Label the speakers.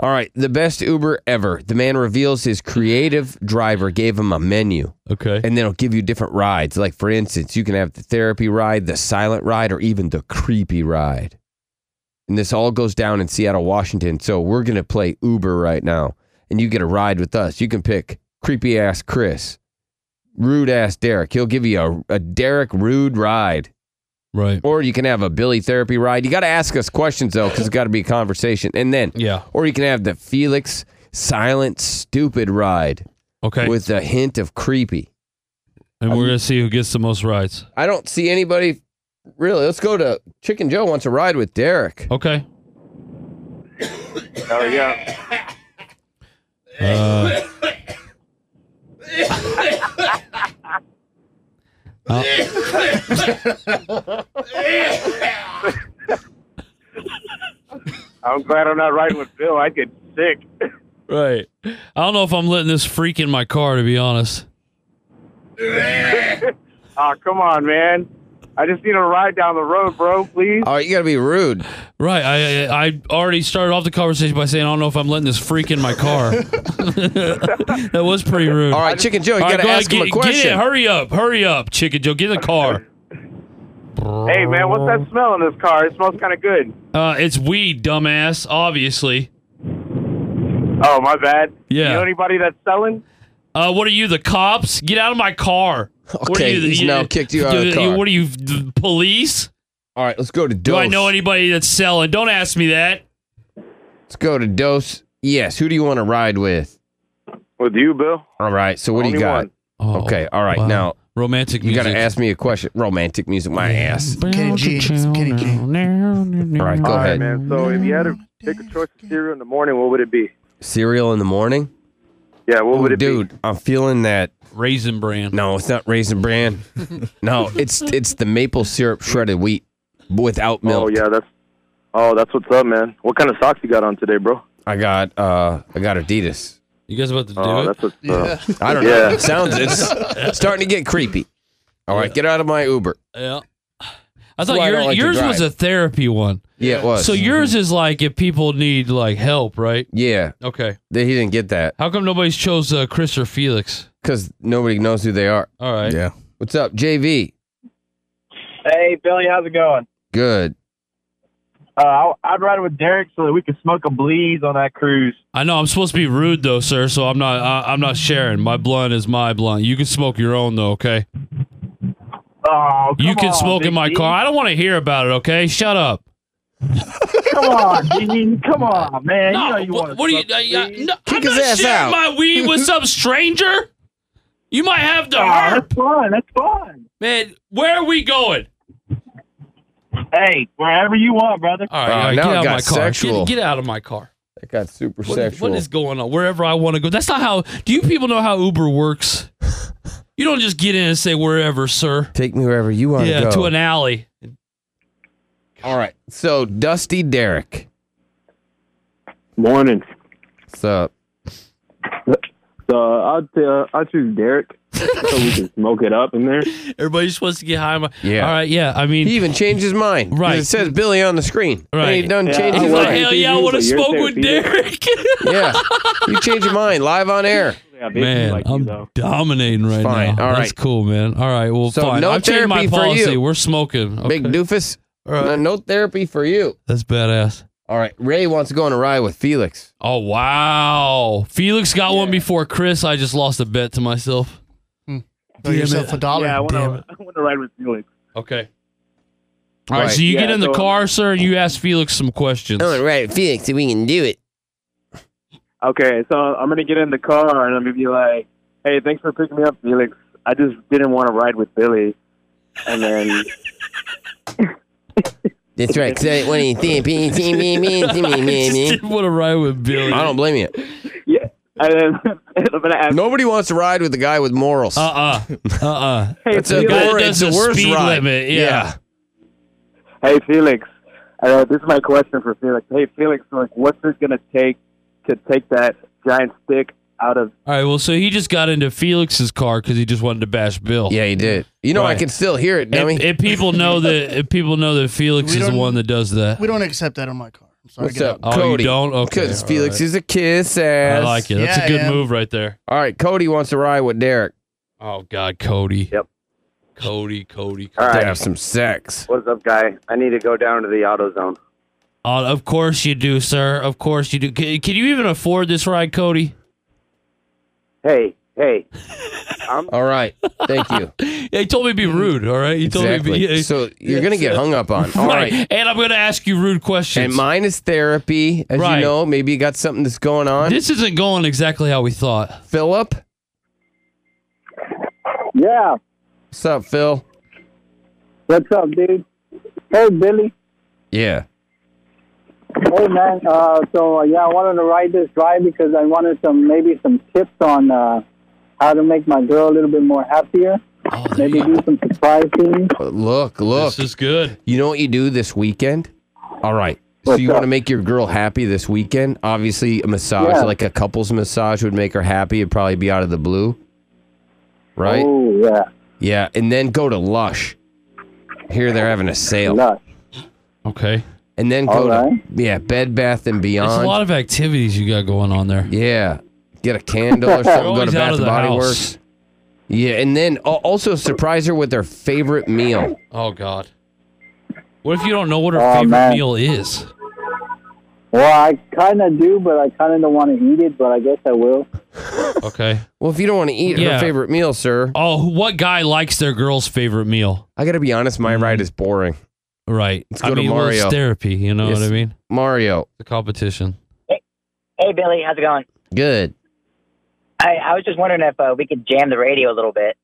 Speaker 1: All right, the best Uber ever. The man reveals his creative driver gave him a menu.
Speaker 2: Okay.
Speaker 1: And then it'll give you different rides. Like, for instance, you can have the therapy ride, the silent ride, or even the creepy ride. And this all goes down in Seattle, Washington. So we're going to play Uber right now. And you get a ride with us. You can pick creepy ass Chris, rude ass Derek. He'll give you a, a Derek rude ride.
Speaker 2: Right.
Speaker 1: Or you can have a Billy therapy ride. You got to ask us questions though, because it's got to be a conversation. And then,
Speaker 2: Yeah.
Speaker 1: Or you can have the Felix silent stupid ride
Speaker 2: Okay.
Speaker 1: with a hint of creepy.
Speaker 2: and we're gonna see who gets the most rides.
Speaker 1: I don't see anybody really. Let's go to Chicken Joe wants a ride with Derek.
Speaker 2: Okay.
Speaker 3: There we go.
Speaker 2: Uh, Uh,
Speaker 3: I'm glad I'm not riding with Bill. I'd get sick.
Speaker 2: right. I don't know if I'm letting this freak in my car. To be honest.
Speaker 3: Aw, Ah, come on, man. I just need a ride down the road, bro, please.
Speaker 1: All right, you got to be rude.
Speaker 2: Right. I I I already started off the conversation by saying I don't know if I'm letting this freak in my car. that was pretty rude.
Speaker 1: All right, Chicken Joe, you
Speaker 2: All right,
Speaker 1: got to
Speaker 2: go ahead,
Speaker 1: ask him
Speaker 2: get,
Speaker 1: a
Speaker 2: get
Speaker 1: question.
Speaker 2: it. Hurry up. Hurry up, Chicken Joe. Get in the car.
Speaker 3: Hey, man, what's that smell in this car? It smells kind of good.
Speaker 2: Uh, it's weed, dumbass. Obviously.
Speaker 3: Oh, my bad.
Speaker 2: Yeah.
Speaker 3: You know anybody that's selling?
Speaker 2: Uh, what are you, the cops? Get out of my car. what are
Speaker 1: Okay,
Speaker 2: you,
Speaker 1: he's now kicked you out of the
Speaker 2: you-
Speaker 1: car.
Speaker 2: What are you, the police?
Speaker 1: All right, let's go to
Speaker 2: Do
Speaker 1: Dose.
Speaker 2: I know anybody that's selling? Don't ask me that.
Speaker 1: Let's go to Dose. Yes, who do you want to ride with?
Speaker 3: With you, Bill.
Speaker 1: All right, so what do you
Speaker 3: Only
Speaker 1: got?
Speaker 3: one.
Speaker 2: Oh,
Speaker 1: Okay, all right, now
Speaker 2: romantic
Speaker 1: You got to
Speaker 2: music.
Speaker 1: ask me a question. Romantic music, my ass.
Speaker 4: Kenny G, it's Kenny G.
Speaker 2: All
Speaker 1: right, go
Speaker 3: All right,
Speaker 1: ahead.
Speaker 3: man. So if you had to pick a choice of cereal in the morning, what would it be?
Speaker 1: Cereal in the morning?
Speaker 3: Yeah, what would it
Speaker 1: Dude,
Speaker 3: be?
Speaker 1: I'm feeling that.
Speaker 2: Raisin Bran.
Speaker 1: No, it's not Raisin Bran. no, it's it's the maple syrup shredded wheat without milk.
Speaker 3: Oh, yeah, that's. Oh, that's what's up, man. What kind of socks you got on today, bro?
Speaker 1: I got uh I got Adidas.
Speaker 2: You guys about to do
Speaker 3: Oh,
Speaker 2: it?
Speaker 3: that's what's up.
Speaker 1: I don't know.
Speaker 3: Yeah.
Speaker 1: It sounds it's starting to get creepy. All right, get out of my Uber.
Speaker 2: Yeah. I
Speaker 1: why
Speaker 2: thought
Speaker 1: I
Speaker 2: your,
Speaker 1: don't like to
Speaker 2: yours was
Speaker 1: drive. Mm-hmm.
Speaker 2: a therapy one.
Speaker 1: Yeah, it was.
Speaker 2: So yours is like if people need like help, right?
Speaker 1: yeah,
Speaker 2: Okay.
Speaker 1: they, he didn't get that
Speaker 2: How come nobody's chose uh, Chris or Felix?
Speaker 1: because nobody knows who they are.
Speaker 2: All right.
Speaker 4: Yeah.
Speaker 1: What's up, JV?
Speaker 5: Hey, Billy, how's it going?
Speaker 1: Good.
Speaker 5: Uh, I'll- I'd ride with Derek so that we could smoke a bleeze on that cruise.
Speaker 2: I know I'm supposed to be rude though, sir. So I'm not. I, I'm not sharing. My blunt is my blunt. You can smoke your own though. Okay.
Speaker 5: Oh,
Speaker 2: you
Speaker 5: come
Speaker 2: can
Speaker 5: on,
Speaker 2: smoke in
Speaker 5: Big
Speaker 2: my
Speaker 5: D.
Speaker 2: car. I don't want to hear about it. Okay. Shut up.
Speaker 5: Come on, Gene. Come on, man. you know you
Speaker 2: what,
Speaker 5: want
Speaker 2: what
Speaker 5: to
Speaker 2: are
Speaker 5: smoke
Speaker 2: you? I, I,
Speaker 5: bleeze.
Speaker 2: no, I'm
Speaker 1: Kick his
Speaker 2: not
Speaker 1: ass
Speaker 2: sharing
Speaker 1: out.
Speaker 2: my weed with some stranger. You might have the
Speaker 5: Aw,
Speaker 2: herp,
Speaker 5: Ah, that's fun. That's fun.
Speaker 2: man. Where are we going?
Speaker 5: Hey, wherever you want, brother.
Speaker 2: All right,
Speaker 1: Uh,
Speaker 2: all
Speaker 1: now
Speaker 2: right, get
Speaker 1: it
Speaker 2: out of
Speaker 1: got
Speaker 2: my car.
Speaker 1: sexual.
Speaker 2: Get, get out of my car.
Speaker 1: That got super
Speaker 2: What-
Speaker 1: sexual.
Speaker 2: what is going on? Wherever I want to go. That's not how. Do you people know how Uber works? You don't just get in and say wherever, sir.
Speaker 1: Take me wherever you want
Speaker 2: Yeah,
Speaker 1: to go.
Speaker 2: to an alley.
Speaker 1: All right. So Dusty Derek.
Speaker 3: Morning.
Speaker 1: What's up?
Speaker 3: So I'd, uh, I'd choose Derek so we can smoke it up in there.
Speaker 2: Everybody's supposed to get high. My,
Speaker 1: Yeah.
Speaker 2: All right. Yeah. I mean,
Speaker 1: He even changed his mind. 'cause
Speaker 2: Right.
Speaker 1: It says Billy on the screen. And he
Speaker 2: Right.
Speaker 1: done
Speaker 3: Yeah,
Speaker 1: changed his
Speaker 3: I
Speaker 2: he's
Speaker 3: was.
Speaker 2: like,
Speaker 1: mind.
Speaker 2: hell yeah, I
Speaker 3: You're
Speaker 2: want to smoke
Speaker 3: therapy,
Speaker 2: with
Speaker 3: yeah.
Speaker 2: Derek.
Speaker 1: yeah. You changed your mind live on air.
Speaker 3: Yeah, basically
Speaker 2: man,
Speaker 3: like you,
Speaker 2: I'm
Speaker 3: though.
Speaker 2: dominating right
Speaker 1: Fine,
Speaker 2: now.
Speaker 1: all
Speaker 2: That's
Speaker 1: right.
Speaker 2: cool, man. All right. Well,
Speaker 1: So
Speaker 2: fine.
Speaker 1: no
Speaker 2: I've changed my
Speaker 1: therapy for
Speaker 2: policy.
Speaker 1: you.
Speaker 2: We're smoking. Okay.
Speaker 1: Big doofus. No, no therapy for you.
Speaker 2: That's badass.
Speaker 1: All right. Ray wants to go on a ride with Felix.
Speaker 2: Oh, wow. Felix got one before Chris. I just lost a bet to myself.
Speaker 4: Hmm. Throw yourself a dollar.
Speaker 3: Yeah, I want
Speaker 4: Damn
Speaker 3: to.
Speaker 4: it.
Speaker 3: I want to ride with Felix.
Speaker 2: Okay. All right,
Speaker 1: Right.
Speaker 2: so you
Speaker 3: Yeah,
Speaker 2: get in the
Speaker 3: so-
Speaker 2: car, sir, and you ask Felix some questions.
Speaker 1: ride with Felix if we can do it.
Speaker 3: Okay, so I'm gonna get in the car and I'm gonna be like, "Hey, thanks for picking me up, Felix. I just didn't want to ride with Billy." And then,
Speaker 1: That's right. Because I didn't want
Speaker 2: I just
Speaker 1: anything.
Speaker 2: didn't want to ride with Billy.
Speaker 1: I don't blame you.
Speaker 3: yeah, and then I'm gonna ask,
Speaker 1: Nobody wants to ride with the guy with morals.
Speaker 2: Uh uh-uh. uh.
Speaker 3: "Hey,
Speaker 1: it's a
Speaker 2: The guy
Speaker 3: Felix,
Speaker 2: that
Speaker 1: wor-
Speaker 2: does
Speaker 1: it's a
Speaker 2: the
Speaker 1: worst
Speaker 2: speed
Speaker 1: ride.
Speaker 2: limit, yeah.
Speaker 3: hey Felix, uh, this is my question for Felix. Hey Felix, like, what's it gonna take to take that giant stick out of?"
Speaker 2: All right, well, so he just got into Felix's car because he just wanted to bash Bill.
Speaker 1: Yeah, he did. You know, I
Speaker 2: Right.
Speaker 1: can still hear it, dummy.
Speaker 2: If, if people know that, if people know that Felix
Speaker 4: We
Speaker 2: is the
Speaker 4: don't-
Speaker 2: one that does that,
Speaker 4: We don't accept that on my car. sorry,
Speaker 1: What's
Speaker 4: get
Speaker 1: up,
Speaker 2: Oh, you
Speaker 1: Cody?
Speaker 2: don't? Okay,
Speaker 1: Because
Speaker 2: all
Speaker 1: Felix
Speaker 2: right.
Speaker 1: is a kiss
Speaker 2: I
Speaker 1: ass.
Speaker 2: like it. That's
Speaker 4: Yeah,
Speaker 2: a good
Speaker 4: yeah.
Speaker 2: move right there.
Speaker 1: All right, Cody wants to ride with Derek
Speaker 2: Oh God, Cody.
Speaker 6: Yep.
Speaker 2: Cody, Cody.
Speaker 6: All
Speaker 1: to
Speaker 6: right.
Speaker 1: have some sex.
Speaker 6: What's up, guy? I need to go down to the auto zone.
Speaker 2: Uh, of course you do, sir. Of course you do. Can, can you even afford this ride, Cody?
Speaker 6: Hey, hey. I'm
Speaker 1: All right, thank you.
Speaker 2: Yeah, he told me to be rude. All right, he told me. To
Speaker 1: Mm-hmm. exactly.
Speaker 2: be,
Speaker 1: So you're gonna get hung up on. All
Speaker 2: right.
Speaker 1: right.
Speaker 2: and I'm going to ask you rude questions.
Speaker 1: And mine is therapy, as
Speaker 2: Right.
Speaker 1: you know. Maybe you got something that's going on.
Speaker 2: this isn't going exactly how we thought.
Speaker 1: Philip,
Speaker 5: Yeah.
Speaker 1: what's up, Phil?
Speaker 5: What's up, dude? Hey, Billy.
Speaker 1: Yeah.
Speaker 5: Hey, man. Uh, so uh, yeah, I wanted to ride this ride because I wanted some maybe some tips on uh, how to make my girl a little bit more happier.
Speaker 2: Oh, there
Speaker 5: Maybe
Speaker 2: you
Speaker 5: do
Speaker 2: go.
Speaker 5: some surprise things.
Speaker 1: Uh, Look, look.
Speaker 2: this is good.
Speaker 1: You know what you do this weekend? All right. So
Speaker 5: What's
Speaker 1: you want to
Speaker 5: up?
Speaker 1: make your girl happy this weekend? Obviously, a massage,
Speaker 5: Yeah.
Speaker 1: like a couple's massage, would make her happy. It'd probably be out of the blue, right?
Speaker 5: Oh yeah,
Speaker 1: Yeah, and then go to Lush. Here they're having a sale,
Speaker 5: lush.
Speaker 2: Okay,
Speaker 1: and then go
Speaker 5: All right.
Speaker 1: to yeah Bed Bath and
Speaker 2: it's a
Speaker 1: Beyond.
Speaker 2: lot of activities you got going on there.
Speaker 1: yeah, get a candle or something. go to
Speaker 2: always out
Speaker 1: Bath
Speaker 2: of
Speaker 1: and
Speaker 2: the
Speaker 1: Body
Speaker 2: house.
Speaker 1: Works. Yeah, and then a- also surprise her with her favorite meal.
Speaker 2: Oh God, what if you don't know what her
Speaker 5: Oh,
Speaker 2: favorite
Speaker 5: man.
Speaker 2: meal is?
Speaker 5: Well, I kind of do, but I kind of don't want to eat it. But I guess I will.
Speaker 2: Okay.
Speaker 1: Well, if you don't want to eat
Speaker 2: Yeah.
Speaker 1: her favorite meal, sir,
Speaker 2: Oh, what guy likes their girl's favorite meal?
Speaker 1: I got to be honest.
Speaker 2: Mm-hmm.
Speaker 1: My ride is boring.
Speaker 2: Right.
Speaker 1: Let's
Speaker 2: I
Speaker 1: go to
Speaker 2: mean, well, it's
Speaker 1: Mario.
Speaker 2: therapy. You know what I
Speaker 1: Yes.
Speaker 2: mean?
Speaker 1: Mario,
Speaker 2: The competition.
Speaker 7: Hey, Billy, how's it going?
Speaker 1: good.
Speaker 7: I, I was just wondering if uh, we could jam the radio a little bit.